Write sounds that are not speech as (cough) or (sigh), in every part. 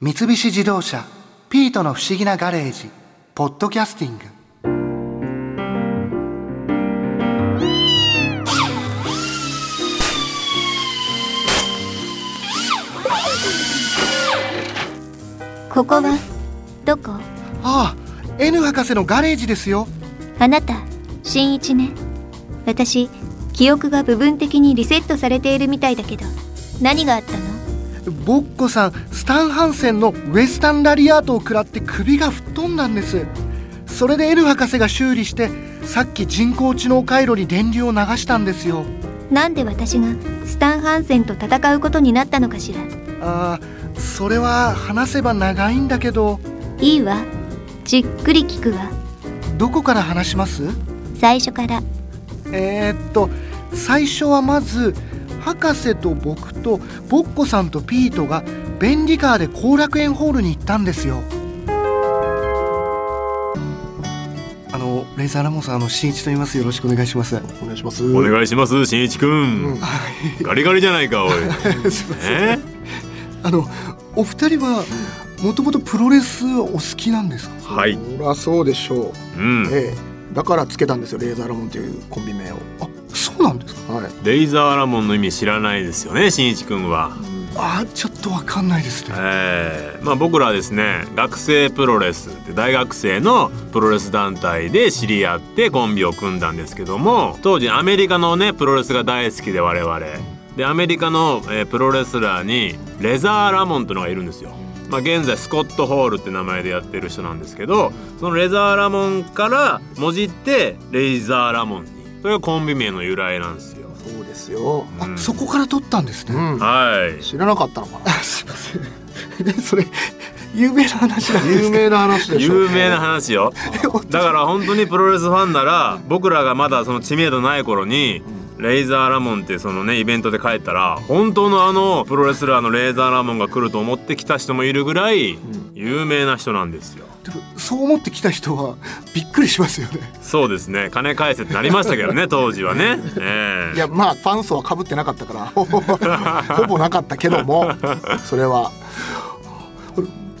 三菱自動車「ピートの不思議なガレージ」「ポッドキャスティング」ここはどこああ N 博士のガレージですよあなた新一ね私記憶が部分的にリセットされているみたいだけど何があったのボッコさんスタン・ハンセンのウエスタン・ラリアートを食らって首が吹っ飛んだんですそれで N 博士が修理してさっき人工知能回路に電流を流したんですよなんで私がスタン・ハンセンと戦うことになったのかしらああそれは話せば長いんだけどいいわじっくり聞くわどこから話します最初からえーっと最初はまず博士と僕とボッコさんとピートが便利カーで後楽園ホールに行ったんですよあのレイザーラモンさんあの新一と言いますよろしくお願いしますお願いします。お願いします、しんいちくん。ガリガリじゃないか、おい。すいませんえ (laughs) あのお二人はもともとプロレスはお好きなんですかはい。そらそうでしょう。うん。ええ、だからつけたんですよ。レーザーラモンというコンビ名を。あそうなんですかはい。レイザーラモンの意味知らないですよね、しんいちくんは。あちょっとわかんないですねえー、まあ僕らはですね、学生プロレスって大学生のプロレス団体で知り合ってコンビを組んだんですけども、当時アメリカのね、プロレスが大好きで我々。で、アメリカの、えープロレスラーにレザーラモンというのがいるんですよ。まあ、現在スコット・ホールって名前でやってる人なんですけどそのレザーラモンからもじってレイザーラモンにそれがコンビ名の由来なんですよ。そうですよ。あうんそこから取ったんですうね、ん。はい知らなかったのかな。あすいません (laughs) えそれ有名な話なんですか有名な話でしょ。有名な。話よだから本当にプロレスファンなら僕らがまだその知名度ない頃にレイザーラモンってそのねイベントで帰ったら本当のあのプロレスラーのレイザーラモンが来ると思ってきた人もいるぐらい有名な人なんですよでもそう思ってきた人はびっくりしますよねそうですね金返せってなりましたけどね当時はねえいえやまあファン層は被ってなかったからほぼほぼなかったけどもそれは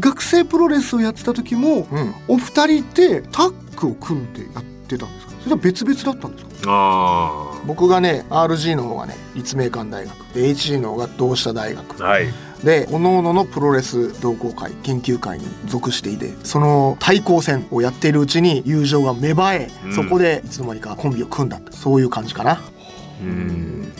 学生プロレスをやってた時も、うんお二人でタッグを組んでやってたんですかそれとも別々だったんですかあ僕がね RG の方がね立命館大学で HG の方が同志社大学あはいで各々のプロレス同好会研究会に属していてその対抗戦をやっているうちに友情が芽生え、うんそこでいつの間にかコンビを組んだってそういう感じかなうん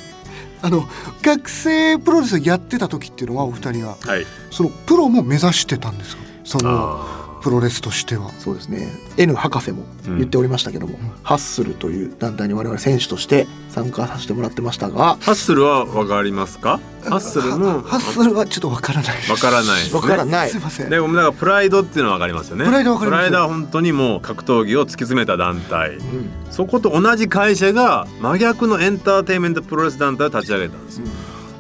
あの学生プロレスをやってた時っていうのはお二人がはいそのプロも目指してたんですかそのあプロレスとしてはそうですね N 博士も言っておりましたけども、ハッスルという団体に我々選手として参加させてもらってましたがーハッスルはわかりますかハッスルのハッスルはちょっとわからないですわからないですねわからないすいませんでもだからプライドっていうのは分かりますよねプライドわかりますプライドは本当にもう格闘技を突き詰めた団体うんそこと同じ会社が真逆のエンターテインメントプロレス団体を立ち上げたんですよ、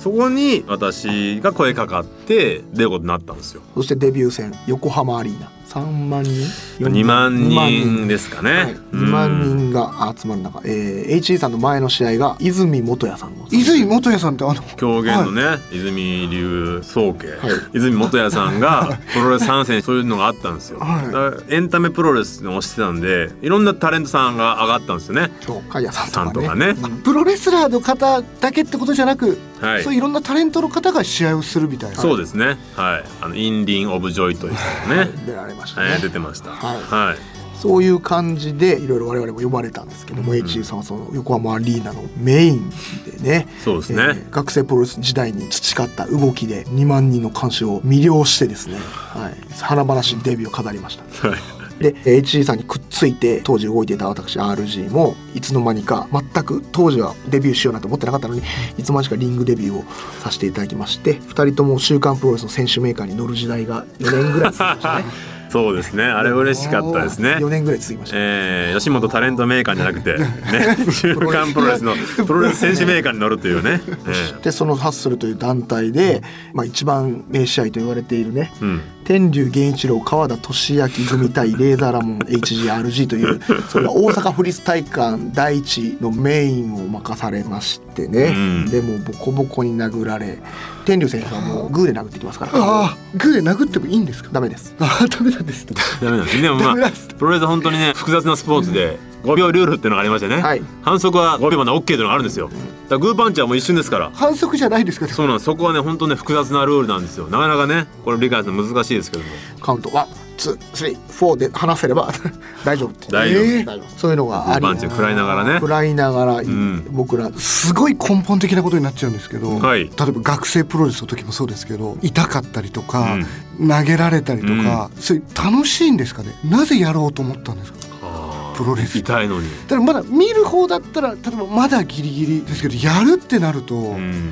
そこに私が声かかって出ることになったんですよそしてデビュー戦横浜アリーナ3万人2万人ですかね、はい、2万人が集まる中、えー、HE さんの前の試合が泉元也さんの伊豆井元也さんってあの狂言のね、泉流宗家、はい泉元也さんがプロレス参戦そういうのがあったんですよ、はいだからエンタメプロレスをしてたんでいろんなタレントさんが上がったんですよねそうかやささんんととかかねね、プロレスラーの方だけってことじゃなく、はいそういろんなタレントの方が試合をするみたいなそうですね。はい。あのインリンオブジョイ (laughs) というのね、出られましたね、はい、出てました。はいはい。そういう感じでいろいろ我々も呼ばれたんですけども、HU さんはその横浜アリーナのメインでねそうですねー学生プロレス時代に培った動きで2万人の観衆を魅了してですね、はい、華々しいデビューを飾りました。はいで HE さんにくっついて当時動いていた私 RG もいつの間にか全く当時はデビューしようなんて思ってなかったのにいつの間にかリングデビューをさせていただきまして2人とも「週刊プロレス」の選手メーカーに乗る時代が4年ぐらい続きましたね (laughs) そうですねあれ嬉しかったですね4年ぐらい続きました、えー、吉本タレント名鑑じゃなくて、 (laughs) ね、週刊プロレスのプロレス選手名鑑に乗るというね、えーでそのハッスルという団体で、まあ、一番名試合と言われているねうん、天竜源一郎川田俊明組対レーザーラモン HGRG (laughs) というそれが大阪府立体育館第一のメインを任されましてね、うんでもうボコボコに殴られ天竜選手はもうグーで殴ってきますからああグーで殴ってもいいんですかダメですああダメなんですねダメなんですでもま (laughs) ダメなあんですプロレスは本当にね複雑なスポーツで5秒ルールっていうのがありましてね、はい反則は5秒まで OK っていうのがあるんですよだからグーパンチはもう一瞬ですから反則じゃないですかでもそうなんですそこはね本当ね複雑なルールなんですよなかなかねこれ理解するの難しいですけどもカウントワンツースリーフォーで話せれば (laughs) 大丈夫って大丈夫えー大丈夫そういうのがありパンチを食らいながらね食らいながら、ん僕らすごい根本的なことになっちゃうんですけど、はい例えば学生プロレスの時もそうですけど痛かったりとか、投げられたりとか、それ楽しいんですかねなぜやろうと思ったんですかあープロレス痛いのに、だからまだ見る方だったら例えばまだギリギリですけどやるってなると、うん、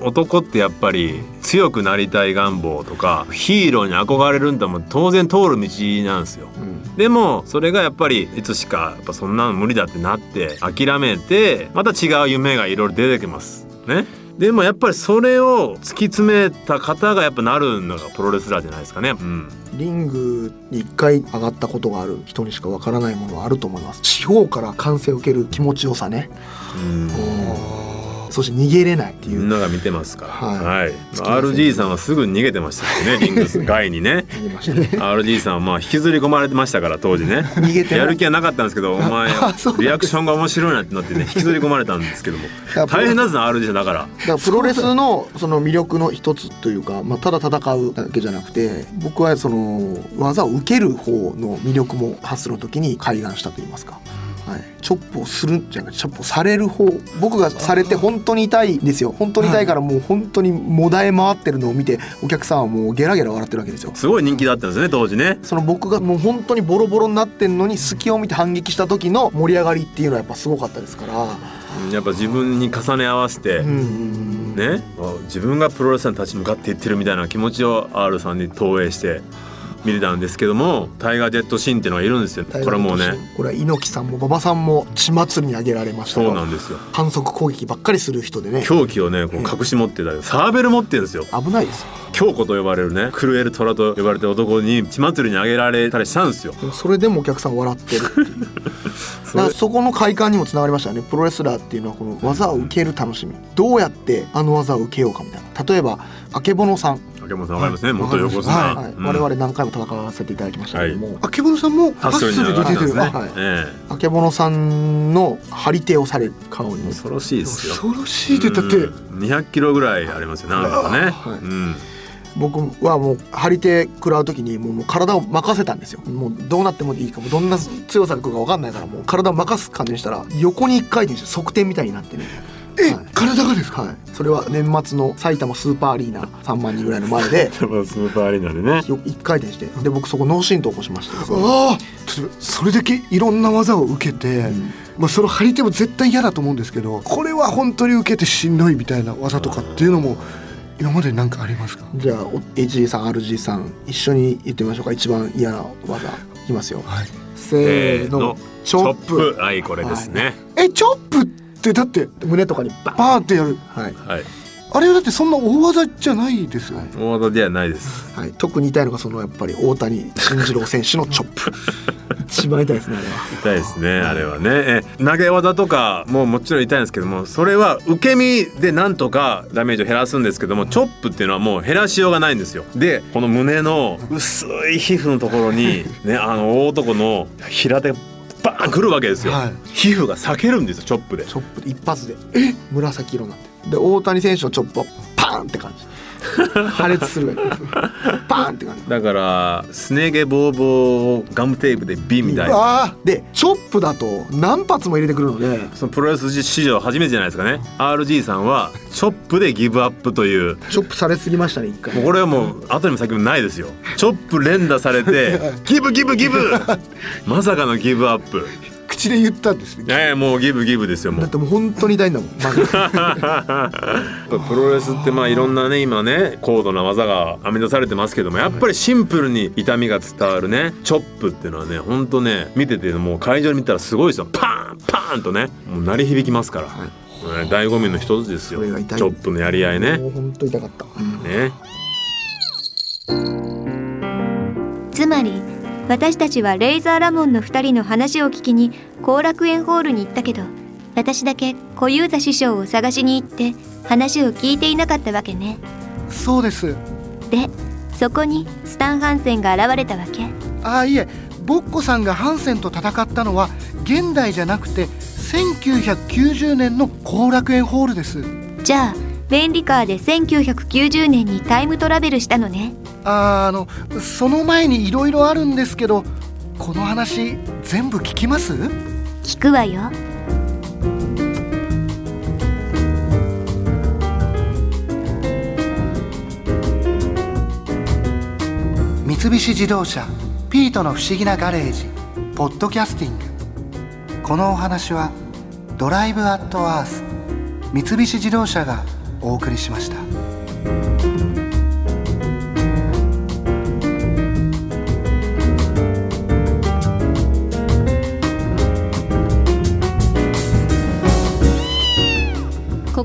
男ってやっぱり強くなりたい願望とかヒーローに憧れるんだもん当然通る道なんですよでもそれがやっぱりいつしかやっぱそんなの無理だってなって諦めてまた違う夢がいろいろ出てきますねでもやっぱりそれを突き詰めた方がやっぱなるのがプロレスラーじゃないですかね、うん、リングに一回上がったことがある人にしかわからないものはあると思います地方から歓声を受ける気持ちよさねうんそして逃げれないっていみうんなが見てますから、ははい RG さんはすぐ逃げてましたしねリングス外にね逃げましたね (laughs) RG さんはまあ引きずり込まれてましたから当時ね逃げてないやる気はなかったんですけどお前そうなんですリアクションが面白いなってなってね引きずり込まれたんですけどもや大変なんですね RG さんだからだからプロレスのその魅力の一つというか、まあ、ただ戦うだけじゃなくて僕はその技を受ける方の魅力もハッスルの時に開眼したと言いますか、はい、チョップをするんじゃなくてチョップをされる方僕がされて本当に痛いんですよ本当に痛いからもう本当にもだえ回ってるのを見てお客さんはもうゲラゲラ笑ってるわけですよ。すごい人気だったんですね当時ねその僕がもう本当にボロボロになってんのに隙を見て反撃した時の盛り上がりっていうのはやっぱすごかったですから、うんやっぱ自分に重ね合わせて、うんうんねあ自分がプロレスラーに立ち向かっていってるみたいな気持ちを R さんに投影して見れたんですけどもタイガー・ジェット・シンっていうのがいるんですよこ大変れはもうだねったしこれは猪木さんも馬場さんも血祭りに挙げられましそたうながんですよ反則攻撃ばっかりする人でね凶器をねこう隠し持ってたりサーベル持ってるんですよ危ないですよ強子と呼ばれるねクルエル・トラと呼ばれてる男に血祭りに挙げられたりしたんですよでもそれでもお客さん笑ってるって (laughs) いうだからそこの快感にもつながりましたよねプロレスラーっていうのはこの技を受ける楽しみどうやってあの技を受けようかみたいな例えばあけぼのさん、竹本さんわかりますね、元横綱、あはいうん我々何回も戦わせていただきましたけども、あけぼのさんもハハッッススルにル上で出がってたんでるすね、はいえあけぼのさんの張り手をされる顔えに恐ろしいですよ恐ろしいって言ったってうん200キロぐらいありますよねあなたね、はういん僕はもう張り手食らう時にもうもう体を任せたんですよもうどうなってもいいかもうどんな強さが来るか分かんないからもう体を任す感じにしたら横に一回転して側転みたいになってねえ、はい体がですかはいそれは年末の埼玉スーパーアリーナ3万人ぐらいの前で多分スーパーアリーナでねよ一回転してで僕そこ脳震盪起こしましたよああちょっとそれだけいろんな技を受けて、んまあ、その張り手も絶対嫌だと思うんですけどこれは本当に受けてしんどいみたいな技とかっていうのも今まで何かありますかじゃあお HG さん RG さん一緒に言ってみましょうか一番嫌な技いきますよはいせーのチチョョッッププはいこれですねえチョップってだって胸とかにババーンってやるーンはいはい、あれはだってそんな大技じゃないですよね、大技ではないですはい、特に痛いのがそのやっぱり大谷慎次郎選手のチョップ (laughs) 一番痛いですねあれは痛いですねあれはねえ投げ技とかももちろん痛いんですけどもそれは受け身でなんとかダメージを減らすんですけどもチョップっていうのはもう減らしようがないんですよでこの胸の薄い皮膚のとこ (laughs) ろにねあの大男の平手バーン来るわけですよ、はい皮膚が裂けるんですよチョップでチョップ一発でえ紫色になってで大谷選手のチョップはパーンって感じ破裂するパーンって感じだからすね毛ボーボーをガムテープでビンみたいなあでチョップだと何発も入れてくるのでそのプロレス史上初めてじゃないですかね RG さんはチョップでギブアップというチョップされすぎましたね一回もうこれはもう後にも先もないですよ (laughs) チョップ連打されてギブギブギブまさかのギブアップあ口で言ったんですねええもうギブギブですよもだっうてもう本当に大事だもん、まあやっぱプロレスってまあいろんなね今ね高度な技が編み出されてますけどもやっぱりシンプルに痛みが伝わるねチョップっていうのはねほんとね見ててもう会場に見たらすごいですよパーンパーンとねもう鳴り響きますから、いね醍醐味の一つですよそチれがョ痛いップのやり合いねもう本当痛かった、うんねつまり私たちはレイザーラモンの2人の話を聞きに後楽園ホールに行ったけど私だけ小遊三師匠を探しに行って話を聞いていなかったわけねそうですでそこにスタン・ハンセンが現れたわけああいえボッコさんがハンセンと戦ったのは現代じゃなくて1990年の後楽園ホールですじゃあ便利カーで1990年にタイムトラベルしたのねあーあのその前にいろいろあるんですけどこの話全部聞きます聞くわよ三菱自動車ピートの不思議なガレージポッドキャスティングこのお話はドライブアットアース三菱自動車がお送りしましたこ